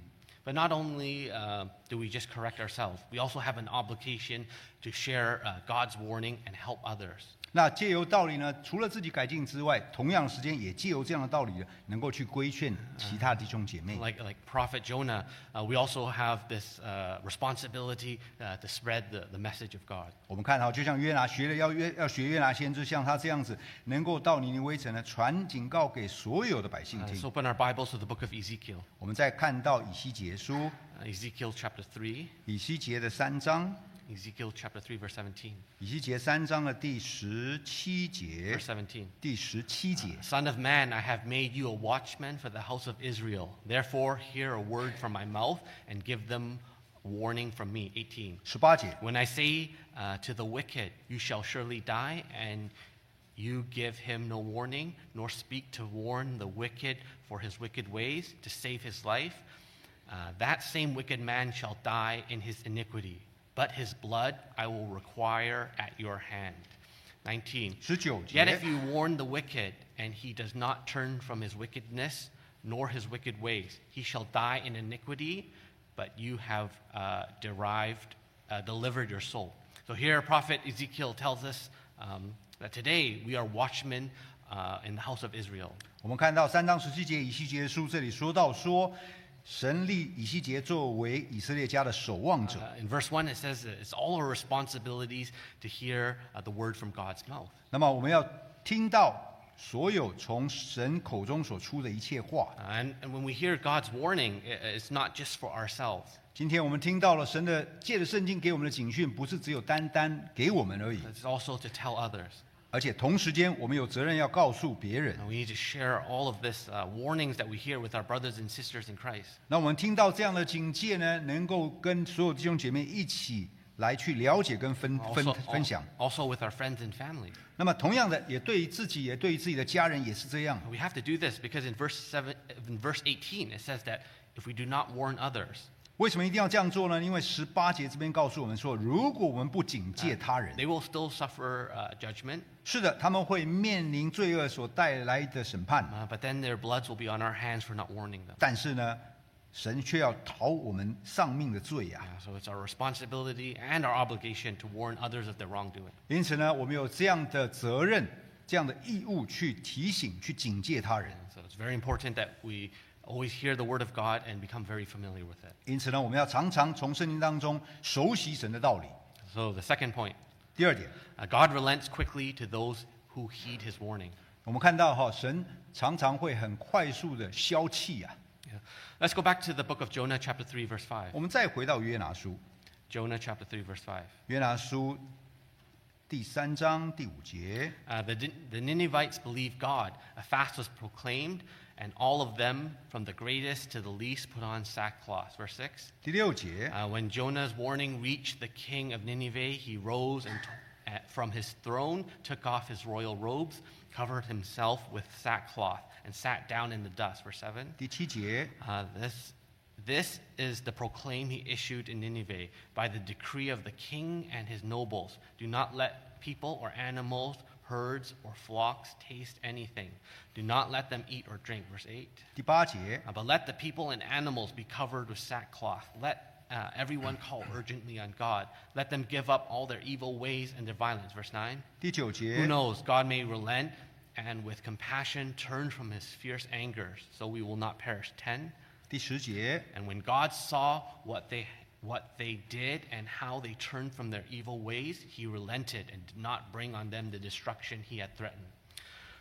A: But not only uh, do we just correct ourselves, we also have an obligation to share uh, God's warning and help others.
B: 那借由道理呢，除了自己改进之外，同样的时间也借由这样的道理呢，能够去规劝其他弟兄姐妹。
A: Like, like Prophet Jonah, uh, we also have this uh, responsibility uh, to spread the, the message of God. Uh,
B: 我们看哈，就像约拿学了要约要学约拿先知，像他这样子，能够到尼尼微城呢，传警告给所有的百姓
A: Uh,
B: 听
A: let's。open our Bibles to the book of Ezekiel,
B: 我们再看到以西结书，
A: uh, Ezekiel chapter 3,
B: 以西结的三章，
A: Ezekiel chapter 3, verse 17.
B: 以西结三章的第十七节
A: Verse，17.
B: 第十七节。
A: Son of man, I have made you a watchman for the house of Israel. Therefore, hear a word from my mouth and give them warning from me. 18.
B: 十八节，
A: When I say uh, to the wicked, You shall surely die, and You give him no warning, nor speak to warn the wicked for his wicked ways, to save his life. Uh, that same wicked man shall die in his iniquity, but his blood I will require at your hand. 19.
B: 19节
A: Yet if you warn the wicked, and he does not turn from his wickedness, nor his wicked ways, he shall die in iniquity, but you have uh, derived, uh, delivered your soul. So here, Prophet Ezekiel tells us um, that today we are watchmen uh, in the house of Israel.
B: 我们看到三章十七节以西结书这里说到说，神立以西结作为以色列家的守望者
A: Uh,。in verse 1, it says that it's all our responsibilities to hear uh, the word from God's mouth.
B: 那么我们要听到所有从神口中所出的一切话。
A: Uh, and, and when we hear God's warning, i- it's not just for ourselves.
B: 今天我们听到了神的借着圣经给我们的警讯，不是只有单单给我们而已，
A: It's also to tell others.
B: 而且同时间我们有责任要告诉别人。
A: And we need to share all of this uh, warnings that we hear with our brothers and sisters in Christ.
B: 那我们听到这样的警戒呢，能够跟所有弟兄姐妹一起来去了解跟分分
A: Also,
B: 分享。
A: also with our friends and family.
B: 那么同样的，也对于自己，也对于自己的家人也是这样。
A: We have to do this because in verse, seven, in verse 18, it says that if we do not warn others,
B: 为什么一定要这样做呢？因为十八节这边告诉我们说，如果我们不警戒他人，
A: they will still suffer uh, judgment,
B: 是的，他们会面临罪恶所带来的审判，
A: uh, but then their bloods will be on our hands for not warning them.
B: 但是呢，神却要逃我们丧命的罪啊！
A: Uh, so it's our responsibility and our obligation to warn others of their wrongdoing.
B: 因此呢，我们有这样的责任、这样的义务去提醒、去警戒他人。
A: So it's very important that we always hear the word of God and become very familiar with it.
B: 因此呢，我们要常常从圣经当中熟悉神的道理。
A: So the second point
B: 第二点，
A: Uh, God relents quickly to those who heed his warning.
B: 我们看到哈、神常常会很快速的消气啊。
A: Yeah. Let's go back to the book of Jonah, chapter 3, verse 5.
B: 我们再回到约拿书，
A: Jonah, chapter 3, verse 5.
B: 约拿书第三章第五节，
A: Uh, the, Din- the Ninevites believed God. A fast was proclaimed, and all of them, from the greatest to the least, put on sackcloth. Verse 6.
B: 第六节，
A: Uh, when Jonah's warning reached the king of Nineveh, he rose and t- uh, from his throne, took off his royal robes, covered himself with sackcloth, and sat down in the dust. Verse 7.
B: 第七节，
A: Uh, this, this is the proclaim he issued in Nineveh by the decree of the king and his nobles. Do not let people or animals, herds or flocks taste anything. Do not let them eat or drink. Verse 8.
B: 第八节，
A: Uh, but let the people and animals be covered with sackcloth. Let uh, everyone call urgently on God. Let them give up all their evil ways and their violence. Verse 9.
B: 第九
A: Who
B: 节，
A: knows? God may relent and with compassion turn from his fierce anger so we will not perish. 10.
B: 第十节，
A: And when God saw what they, what they did and how they turned from their evil ways, he relented and did not bring on them the destruction he had threatened.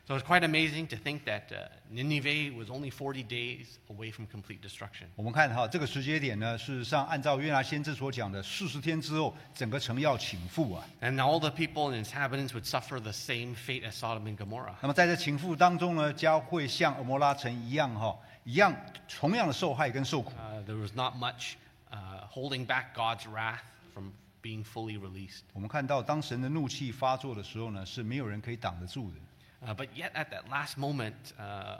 A: So it's quite amazing to think that uh, Nineveh was only 40 days away from complete destruction.
B: 我们看哈，这个时节点呢，事实上按照约拿先知所讲的，四十天之后，整个城要倾覆啊。
A: And all the people and inhabitants would suffer the same fate as Sodom and Gomorrah.
B: 那么在这倾覆当中呢，将会像俄摩拉城一样哈，一样同样的受害跟受苦。
A: Uh, there was not much uh, holding back God's wrath from being fully released.
B: 我们看到，当神的怒气发作的时候呢，是没有人可以挡得住的。
A: Uh, but yet, at that last moment, uh,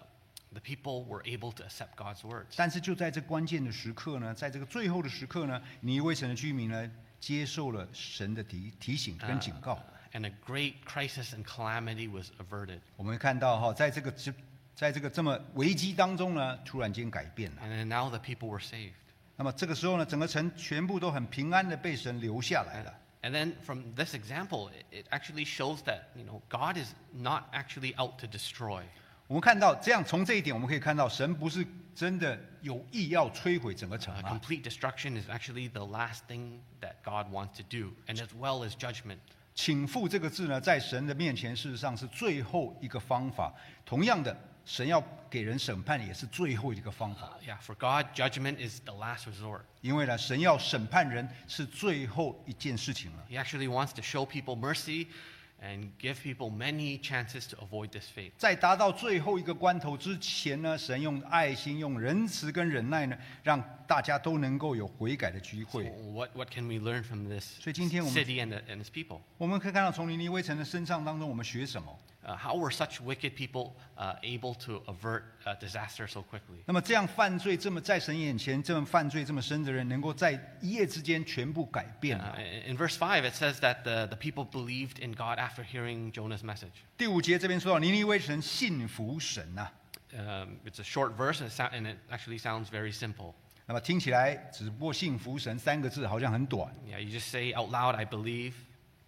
A: the people were able to accept God's words.
B: 但是就在这关键的时刻呢，在这个最后的时刻呢，尼尼微城的居民呢，接受了神的提提醒跟警告。
A: Uh, and a great crisis and calamity was averted.
B: 我们看到哈，在这个这，在这个这么危机当中呢，突然间改变了。
A: And then now the people were saved.
B: 那么这个时候呢，整个城全部都很平安的被神留下来了。
A: And then from this example, it, it actually shows that you know God is not actually out to destroy.
B: 我们看到，这样从这一点我们可以看到，神不是真的有意要摧毁整个城
A: Uh,
B: 啊。
A: complete destruction is actually the last thing that God wants to do, and as well as judgment.
B: 请负这个字呢，在神的面前，事实上是最后一个方法。同样的，神要给人审判，也是最后一个方法。
A: Yeah, for God, judgment is the last resort.
B: 因为呢，神要审判人是最后一件事情了。
A: He actually wants to show people mercy and give people many chances to avoid this fate.
B: 在达到最后一个关头之前呢，神用爱心、用仁慈跟忍耐呢，让大家都能够有悔改的机会。
A: What, what can we learn from this
B: 所以今天我们-
A: city and, the, and its people?
B: 我们可以看到，从尼尼微城的身上当中，我们学什么？
A: Uh, how were such wicked people uh, able to avert uh, disaster so quickly?
B: 那么这样犯罪这么在神眼前这么犯罪这么深的人，能够在一夜之间全部改变
A: Uh, in- in verse 5, it says that the, the people believed in God after hearing Jonah's message.
B: 第五节这边说到，尼尼微城信服神啊呐、
A: Um, it's a short verse, and it, sou- and it actually sounds very simple.
B: 那么听起来，只不过“信服神”三个字好像很短，
A: Yeah, you just say out loud, I believe,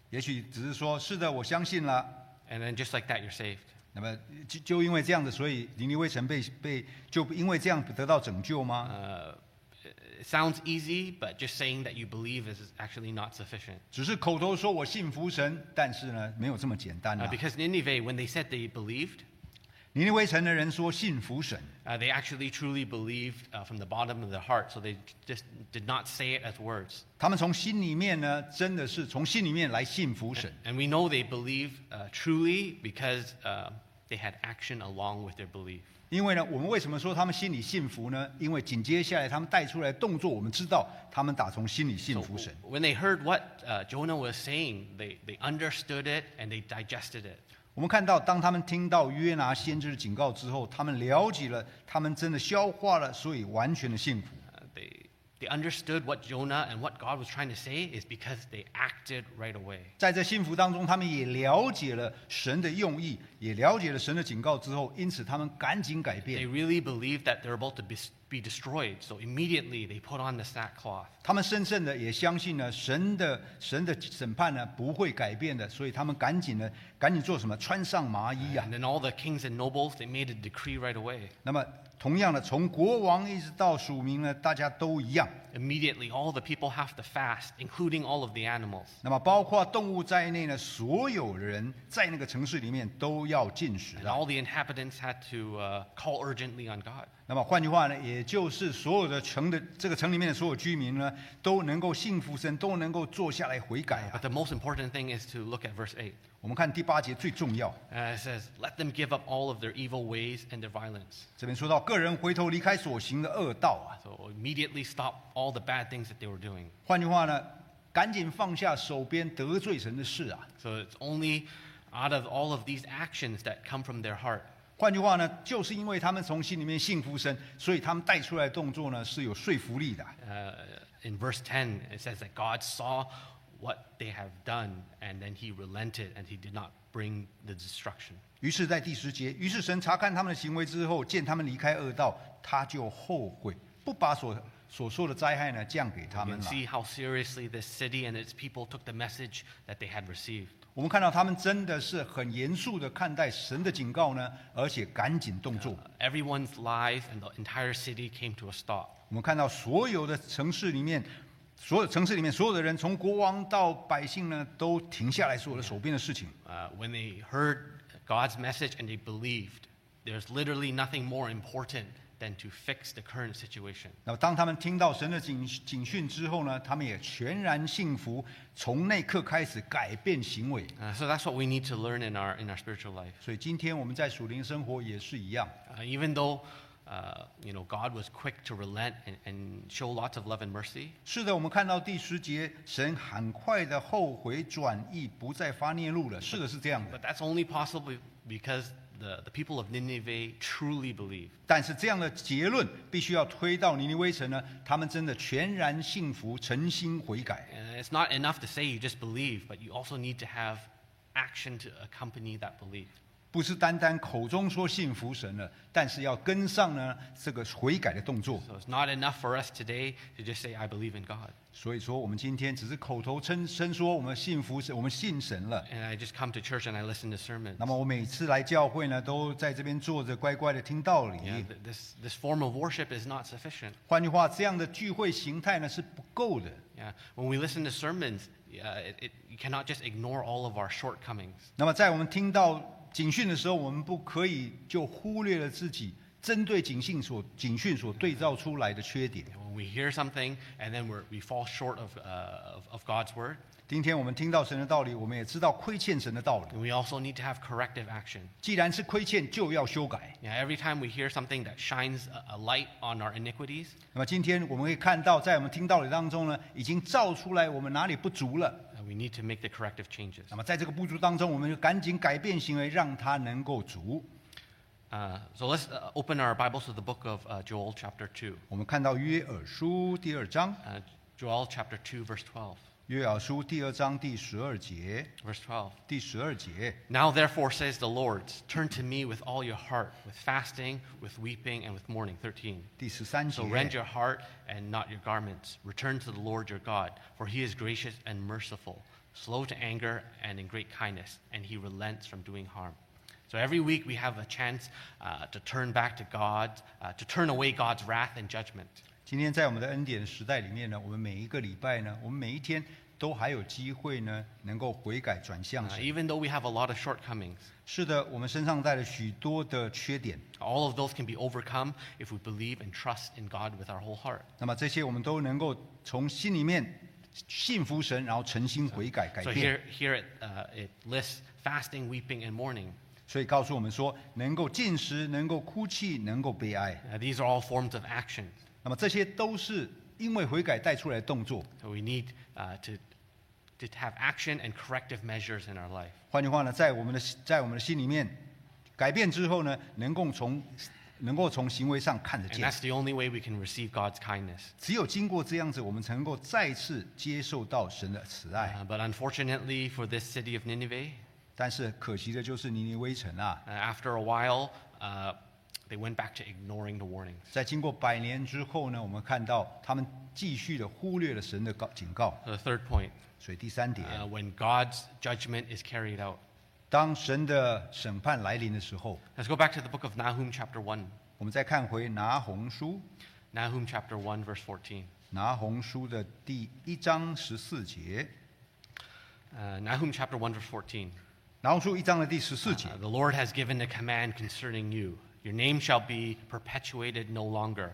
B: 也许只是说“是的，我相信了
A: and then just like that, you're saved. ”。
B: 那么就就因为这样子，所以尼尼微城被被就因为这样得到拯救吗？
A: Uh, it- it sounds easy, but just saying that you believe is actually not sufficient.
B: 只是口头说我信服神，但是呢，没有这么简单
A: Uh,
B: 啊。
A: because Nineveh, when they said they believed,
B: 尼尼微城的人说信服神，
A: uh, they actually truly believed uh, from the bottom of their heart, so they just did not say it as words.
B: 他们从心里面呢，真的是从心里面来信服神。
A: And we know they believed uh, truly because uh, they had action along with their belief.
B: 因为呢，我们为什么说他们心里信服呢？因为紧接下来他们带出来的动作，我们知道他们打从心里信
A: So
B: 服神。
A: when they heard what uh, Jonah was saying, they, they understood it and they digested it.
B: 我们看到，当他们听到约拿先知的警告之后，他们了解了，他们真的消化了，所以完全的信服。
A: Uh, they, they understood what Jonah and what God was trying to say is because they acted right away.
B: 在这信服当中，他们也了解了神的用意，也了解了神的警告之后，因此他们赶紧改
A: They
B: 变。
A: really believed that they're about to be, be destroyed, so immediately they put on the sackcloth.
B: 他们深深的也相信呢，神的神的审判呢不会改变的，所以他们赶紧呢，赶紧做什么？穿上麻衣啊
A: And！then all the kings and nobles, they made a decree right away.
B: 那么，同样的，从国王一直到属民呢，大家都一样。
A: Immediately, all the people have to fast, including all of the animals.
B: 那么，包括动物在内呢，所有人在那个城市里面都要进食啊
A: And
B: 了。
A: all the inhabitants had to uh, call urgently on God.
B: 那么，换句话呢，也就是所有的城的这个城里面的所有居民呢，都能够信服神，都能够坐下来悔改啊
A: But。the most important thing is to look at verse 8.
B: 我们看第八节最重要，
A: Uh, it says, Let them give up all of their evil ways and their violence.
B: 这边说到个人回头离开所行的恶道啊。
A: So immediately stop all the bad things that they were doing.
B: 换句话呢，赶紧放下手边得罪神的事啊。
A: So it's only out of all of these actions that come from their heart
B: 换句话呢，就是因为他们从心里面信服神，所以他们带出来的动作呢是有说服力的啊。
A: uh, in verse 10, it says that God saw what they have done, and then he relented and he did not bring the destruction.
B: 于是，在第十节，于是神查看他们的行为之后，见他们离开恶道，他就后悔，不把所所说的灾害呢降给他
A: You
B: 们
A: can
B: 了。
A: see how seriously this city and its people took the message that they had received.
B: 我们看到他们真的是很严肃的看待神的警告呢，而且赶紧动作。
A: 啊 Everyone's lives and the entire city came to a stop.
B: 我们看到所有的城市里面，所有城市里面所有的人，从国王到百姓呢，都停下来所有的手边的事情。
A: Uh, when they heard God's message and they believed, there's literally nothing more important than to fix the current situation.
B: 那么，当他们听到神的警警讯之后呢，他们也全然信服，从那刻开始改变行为。
A: Uh, so that's what we need to learn in our, in our spiritual life.
B: 所以，今天我们在属灵生活也是一样。
A: Uh, even though uh, you know God was quick to relent and, and show lots of love and mercy,
B: 是的，我们看到第十节，神很快的后悔转意，不再发孽怒了。是的，是这样的。
A: but that's only possible because the, the people of Nineveh truly believed.
B: 但是这样的结论必须要推到尼尼微城呢，他们真的全然信服，诚心悔改。
A: And it's not enough to say you just believe, but you also need to have action to accompany that belief.
B: 不是单单口中说信服神了，但是要跟上呢这个悔改的动作。
A: So it's not enough for us today to just say I believe in God
B: 所以说，我们今天只是口头称称说我们信服神，我们信神了。
A: and I just come to church and I listen to sermons.
B: 那么我每次来教会呢，都在这边坐着乖乖的听道
A: Yeah,
B: 理。
A: th- this this form of worship is not sufficient.
B: 换句话，这样的聚会形态呢是不够的。
A: Yeah, when we listen to sermons, yeah, it, it, you cannot just ignore all of our shortcomings.
B: 那么在我们听到警讯的时候，我们不可以就忽略了自己针对警讯所警讯所对照出来的缺点。
A: When when we hear something and then we're, we fall short of, uh, of, of God's word.
B: 今天我们听到神的道理，我们也知道亏欠神的道理。
A: And we also need to have corrective action.
B: 既然是亏欠，就要修改。
A: Now, every time we hear something that shines a, a light on our iniquities,
B: 那么今天我们会看到，在我们听道理当中呢，已经照出来我们哪里不足了。
A: uh, we need to make the corrective changes.
B: 那么在这个不足当中，我们就赶紧改变行为，让它能够足。
A: Uh, so let's uh, open our Bibles to the book of uh, Joel, chapter 2.
B: 我们看到约珥书第二章，
A: Uh, Joel, chapter 2, verse 12.
B: 约珥书第二章第十二节，
A: Verse 12.
B: 第十二节。
A: Now, therefore, says the Lord, turn to me with all your heart, with fasting, with weeping, and with mourning. 13.
B: 第十三节
A: So，rend your heart and not your garments. Return to the Lord your God, for he is gracious and merciful, slow to anger and in great kindness, and he relents from doing harm. So every week we have a chance uh, to turn back to God, uh, to turn away God's wrath and judgment. Uh,
B: 今天在我们的恩典时代里面呢，我们每一个礼拜呢，我们每一天都还有机会呢，能够悔改转向
A: Uh,
B: 神。
A: even though we have a lot of shortcomings,
B: 是的，我们身上带了许多的缺点，
A: all of those can be overcome if we believe and trust in God with our whole heart.
B: 那么这些我们都能够从心里面信服神，然后诚心悔改改
A: So here,
B: 变。
A: here it, uh, it lists fasting, weeping, and mourning.
B: 所以告诉我们说，能够进食，能够哭泣，能够悲哀，
A: Uh, these are all forms of action.
B: 那么这些都是因为悔改带出来的动作。
A: So we need uh, to, to have action and corrective measures in our life.
B: 换句话呢，在我们的在我们的心里面改变之后呢，能够从能够从行为上看得
A: And
B: 见。
A: that's the only way we can receive God's kindness.
B: 只有经过这样子，我们才能够再次接受到神的慈爱。
A: Uh, but unfortunately for this city of Nineveh,
B: 但是可惜的就是尼尼微城啊，
A: uh, after a while, uh, they went back to ignoring the warnings.
B: 在经过百年之后呢，我们看到他们继续的忽略了神的告警告。
A: So the third point
B: 所以第三点，
A: uh, when God's judgment is carried out.
B: 当神的审判来临的时候，
A: Let's go back to the book of Nahum, chapter 1.
B: 我们再看回拿红书，
A: Nahum, chapter 1, verse 14.
B: 拿红书的第一章十四节，
A: Uh, Nahum, chapter 1, verse 14.
B: 拿红书一章的第十四节
A: Uh,，the Lord has given a command concerning you. Your name shall be perpetuated no longer.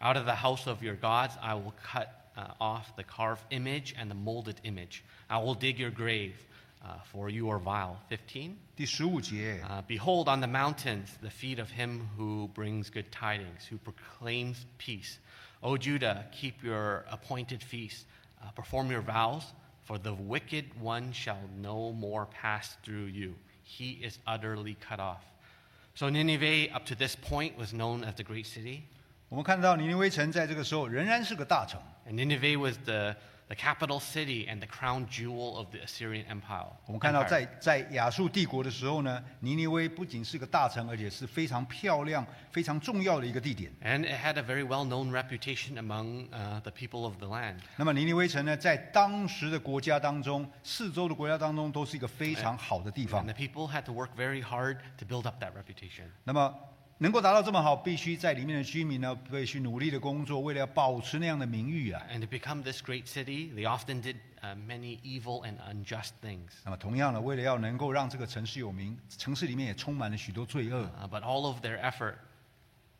A: Out of the house of your gods, I will cut uh, off the carved image and the molded image. I will dig your grave, uh, for you are vile. 15.
B: 第十五节，
A: Uh, Behold, on the mountains, the feet of him who brings good tidings, who proclaims peace. O Judah, keep your appointed feast, uh, perform your vows, for the wicked one shall no more pass through you. He is utterly cut off. So Nineveh, up to this point, was known as the great city,
B: 我们看到尼尼微城在这个时候仍然是个大城，
A: and Nineveh was the, the capital city and the crown jewel of the Assyrian Empire.
B: 我们看到
A: Empire.
B: 在在亚述帝国的时候呢，尼尼微不仅是个大城，而且是非常漂亮、非常重要的一个地点。
A: And it had a very well known reputation among uh, the people of the land.
B: 那么尼尼微城呢，在当时的国家当中，四周的国家当中都是一个非常好的地方
A: And the。people had to work very hard to build up that reputation.
B: 那么能够达到这么好，必须在里面的居民呢，必须努力的工作，为了要保持那样的名誉啊。
A: And to become this great city, they often did uh, many evil and unjust things.
B: 那么同样的，为了要能够让这个城市有名，城市里面也充满了许多罪恶。
A: Uh, but all of their effort,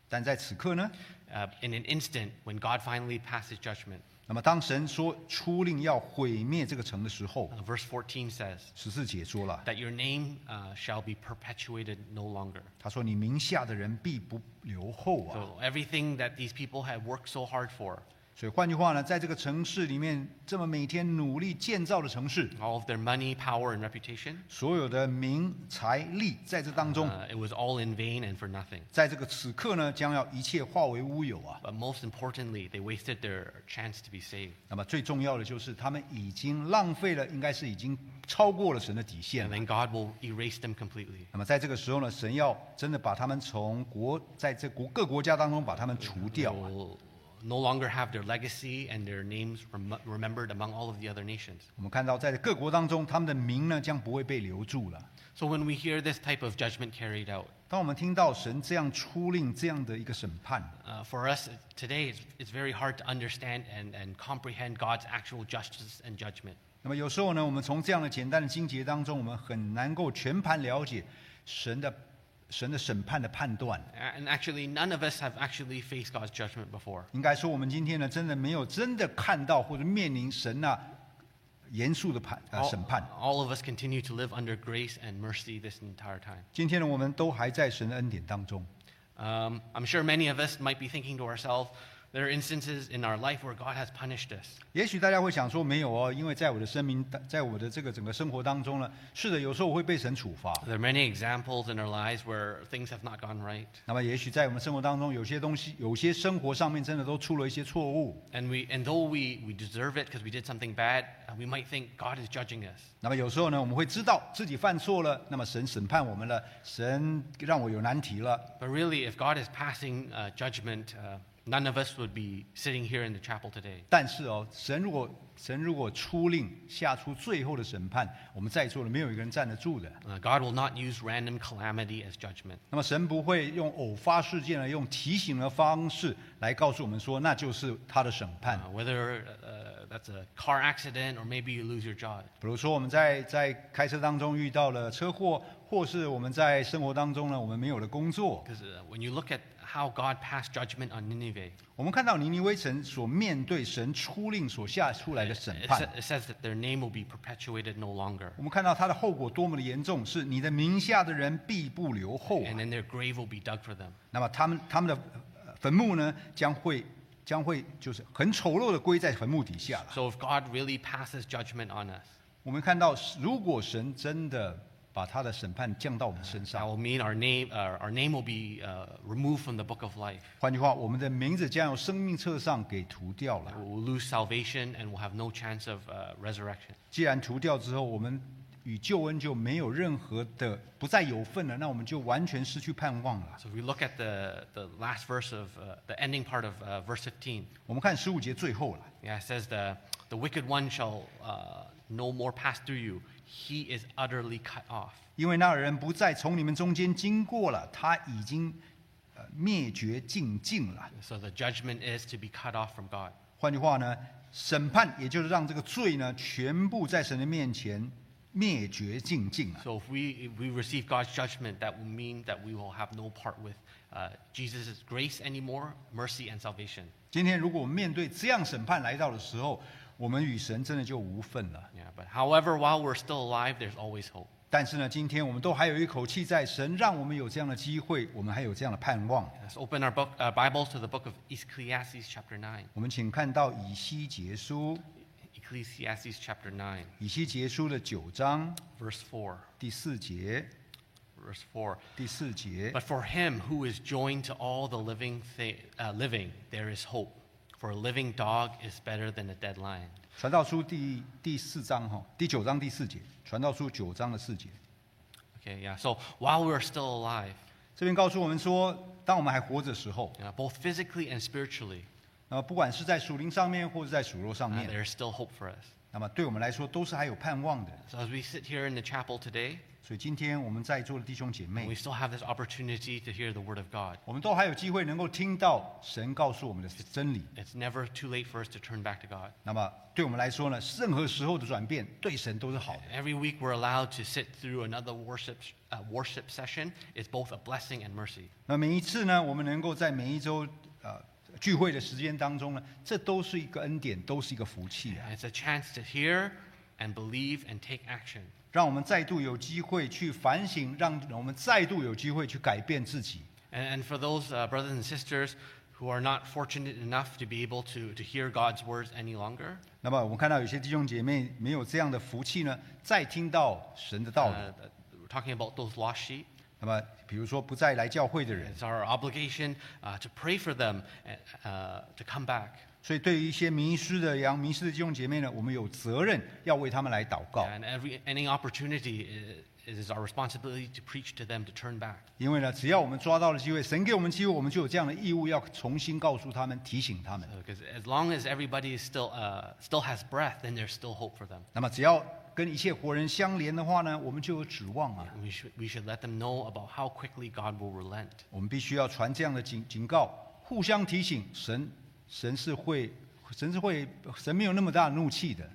B: 但在此刻呢，
A: uh, in an instant, when God finally passes judgment,
B: 那么当神说出令要毁灭这个城的时候，
A: uh, verse 14 says
B: 十四节说了。
A: that your name uh, shall be perpetuated no longer.
B: 他说：“你名下的人必不留后啊
A: So everything that these people had worked so hard for,！”
B: 所以换句话呢，在这个城市里面，这么每天努力建造的城市，
A: all of their money, power, and reputation,
B: 所有的名财力，在这当中，
A: uh, it was all in vain and for nothing.
B: 在这个此刻呢，将要一切化为乌有啊！
A: But most importantly, they wasted their chance to be saved.
B: 那么最重要的就是，他们已经浪费了，应该是已经超过了神的底线
A: And
B: 了。
A: then God will erase them completely.
B: 那么在这个时候呢，神要真的把他们从国在这国各国家当中把他们除
A: They
B: 掉啊，
A: will no longer have their legacy and their names rem- remembered among all of the other nations.
B: 我们看到，在各国当中，他们的名呢将不会被留住了。
A: So when we hear this type of judgment carried out,
B: 当我们听到神这样出令这样的一个审判，
A: uh, for us today, it's, it's very hard to understand and, and comprehend God's actual justice and judgment.
B: 那么有时候呢，我们从这样的简单的经节当中，我们很难够全盘了解神的神的审判的判断。
A: And actually, none of us have actually faced God's judgment before.
B: 应该说，我们今天呢，真的没有真的看到或者面临神呐、严肃的判呃
A: All-
B: 审判。
A: all of us continue to live under grace and mercy this entire time.
B: 今天呢，我们都还在神的恩典当中。
A: Um, I'm sure many of us might be thinking to ourselves, there are instances in our life where God has punished us.
B: 也许大家会想说，没有哦，因为在我的生命，在我的这个整个生活当中呢，是的，有时候我会被神处罚。
A: There are many examples in our lives where things have not gone right,
B: 那么，也许在我们生活当中，有些东西，有些生活上面真的都出了一些错误。
A: and we, and though we, we deserve it because we did something bad, uh, we might think God is judging us.
B: 那么有时候呢，我们会知道自己犯错了，那么神审判我们了，神让我有难题了。
A: But really, if God is passing uh, judgment, uh, none of us would be sitting here in the chapel today.
B: 但是哦，神如果神如果出令下出最后的审判，我们在座的没有一个人站得住的。
A: Uh, God will not use random calamity as judgment.
B: 那么神不会用偶发事件呢，用提醒的方式来告诉我们说，那就是他的审
A: Uh,
B: 判。
A: whether uh, that's a car accident or maybe you lose your job.
B: 比如说我们在在开车当中遇到了车祸，或是我们在生活当中呢，我们没有了工作。
A: Because uh, when you look at how God passed judgment on Nineveh,
B: 我们看到尼尼微城所面对神出令所下出来的
A: it,
B: 审
A: it
B: 判
A: sa- it says that their name will be perpetuated no longer,
B: 我们看到它的后果多么的严重，是你的名下的人必不留后、啊
A: and。then their grave will be dug for them.
B: 那么他们他们的呃坟墓呢，将会将会就是很丑陋的归在坟墓底下了。
A: So if God really passes judgment on us,
B: 我们看到，如果神真的把他的审判降到我们身
A: that
B: 上，
A: will mean our name, uh, our name will be uh, removed from the book of life.
B: 换句话，我们的名字将由生命册上给涂掉了。
A: We'll lose salvation and we'll have no chance of uh, resurrection.
B: 既然涂掉之后，我们与救恩就没有任何的不再有份了，那我们就完全失去盼望了。
A: So if we look at the, the last verse of uh, the ending part of uh, verse 15,
B: 我们看十五节最后了。
A: yeah, it says, The, the wicked one shall uh, no more pass through you, he is utterly cut off.
B: 因为那人不再从你们中间经过了，他已经呃灭绝尽尽了。
A: So the judgment is to be cut off from God.
B: 换句话呢，审判也就是让这个罪呢全部在神的面前灭绝尽尽了。
A: So if we, if we receive God's judgment, that will mean that we will have no part with uh, Jesus' grace anymore, mercy and salvation.
B: 今天如果我们面对这样审判来到的时候，我们与神真的就无份了。
A: Yeah, but however, while we're still alive, there's always hope.
B: 但是呢，今天我们都还有一口气在，神让我们有这样的机会，我们还有这样的盼望。
A: Let's open our book, uh, Bibles to the book of Ecclesiastes chapter 9.
B: 我们请看到以西结书，
A: Ecclesiastes chapter 9,
B: 以西结书的九章
A: verse 4.
B: 第四节，
A: Verse 4.
B: 第四节。
A: But for him who is joined to all the living, thi- uh, living, there is hope. For a living dog is better than a dead lion.
B: 传道书第第四章哈，第九章第四节，传道书九章的四节，
A: Okay, yeah. So while we're still alive,
B: 这边告诉我们说，当我们还活着的时候，
A: you know, both physically and spiritually,
B: 那么不管是在属灵上面或者在属肉上
A: uh,
B: 面，
A: there is still hope for us.
B: 那么对我们来说都是还有盼望的。
A: So as we sit here in the chapel today,
B: 所以今天我们在座的弟兄姐
A: we
B: 妹，
A: still have this opportunity to hear the word of God.
B: 我们都还有机会能够听到神告诉我们的真理。
A: It's never too late for us to turn back to God.
B: 那么对我们来说呢，任何时候的转变对神都是好的。
A: Every week we're allowed to sit through another worship, uh, worship session. It's both a blessing and mercy.
B: 那每一次呢，我们能够在每一周呃聚会的时间当中呢，这都是一个恩典，都是一个福气啊。
A: And it's a chance to hear and believe and take action.
B: 让我们再度有机会去反省，让我们再度有机会去改变自己。
A: And, and for those uh, brothers and sisters who are not fortunate enough to be able to, to hear God's words any longer,
B: 那么我们看到有些弟兄姐妹没有这样的福气呢，再听到神的道
A: uh,
B: 理。
A: th- we're talking about those lost sheep.
B: 那么比如说不再来教会的人，
A: It's our obligation uh, to pray for them uh, uh, to come back.
B: 所以对于一些迷失的羊、迷失的弟兄姐妹呢，我们有责任要为他们来祷告，
A: And every, any opportunity i- is our responsibility to preach to them to turn back.
B: 因为呢，只要我们抓到了机会，神给我们机会，我们就有这样的义务要重新告诉他们、提醒他们。
A: Because Uh, as long as everybody is still, uh, still has breath, then there's still hope for them.
B: 那么只要跟一切活人相连的话呢，我们就有指望啊。
A: We should, we should let them know about how quickly God will relent.
B: 我们必须要传这样的警警告，互相提醒，神神是会，神是会，神没有那么大的怒气的。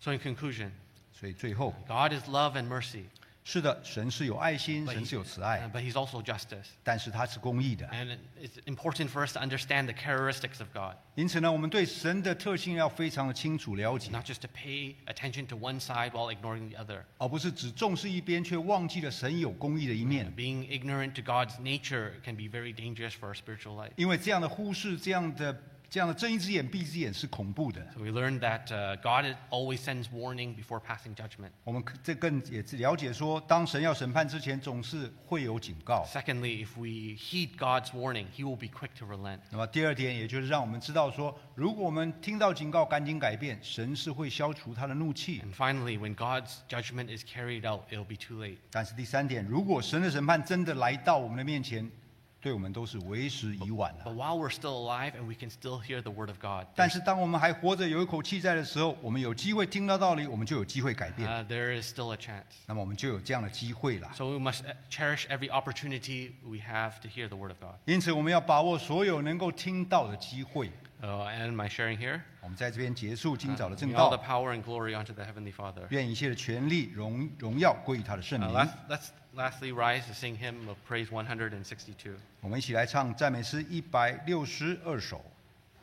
A: So, in conclusion,
B: 所以最后，
A: God is love and mercy.
B: 是的，神是有爱心，
A: But
B: 神
A: he-
B: 是有慈
A: uh,
B: 爱，
A: but he's also justice.
B: 但是他是公义的。
A: And it's important for us to understand the characteristics of God,
B: 因此呢，我们对神的特性要非常的清楚了解，
A: not just to pay attention to one side while ignoring the other.
B: 而不是只重视一边却忘记了神有公义的一面。
A: Being ignorant to God's nature can be very dangerous for our spiritual life.
B: 因为这样的忽视，这样的这样的睁一只眼闭一只眼是恐怖的。
A: So we learned that uh, God always sends warning before passing judgment.
B: 我们这更也是了解说，当神要审判之前，总是会有警告。
A: Secondly, if we heed God's warning, He will be quick to relent.
B: 那么第二点，也就是让我们知道说，如果我们听到警告，赶紧改变，神是会消除他的怒气。
A: And finally, when God's judgment is carried out, it'll be too late.
B: 但是第三点，如果神的审判真的来到我们的面前，对我们都是为时已晚了。
A: But while we're still alive and we can still hear the word of God,
B: 但是当我们还活着，有一口气在的时候，我们有机会听到道理，我们就有机会改变。
A: uh, there is still a chance.
B: 那么我们就有这样的机会啦。
A: So we must uh, cherish every opportunity we have to hear the word of God.
B: 因此，我们要把握所有能够听到的机会。
A: So Uh, I end my sharing here.
B: 我们在这边结束今
A: Uh,
B: 早的
A: may
B: 正
A: all the
B: 道，
A: power and glory unto the Heavenly Father.
B: 愿一切的权力、荣荣耀归于他的圣
A: Uh,
B: 名
A: let's,。let's lastly rise to sing hymn of praise 162.
B: 我们一起来唱赞美诗一百六十二首。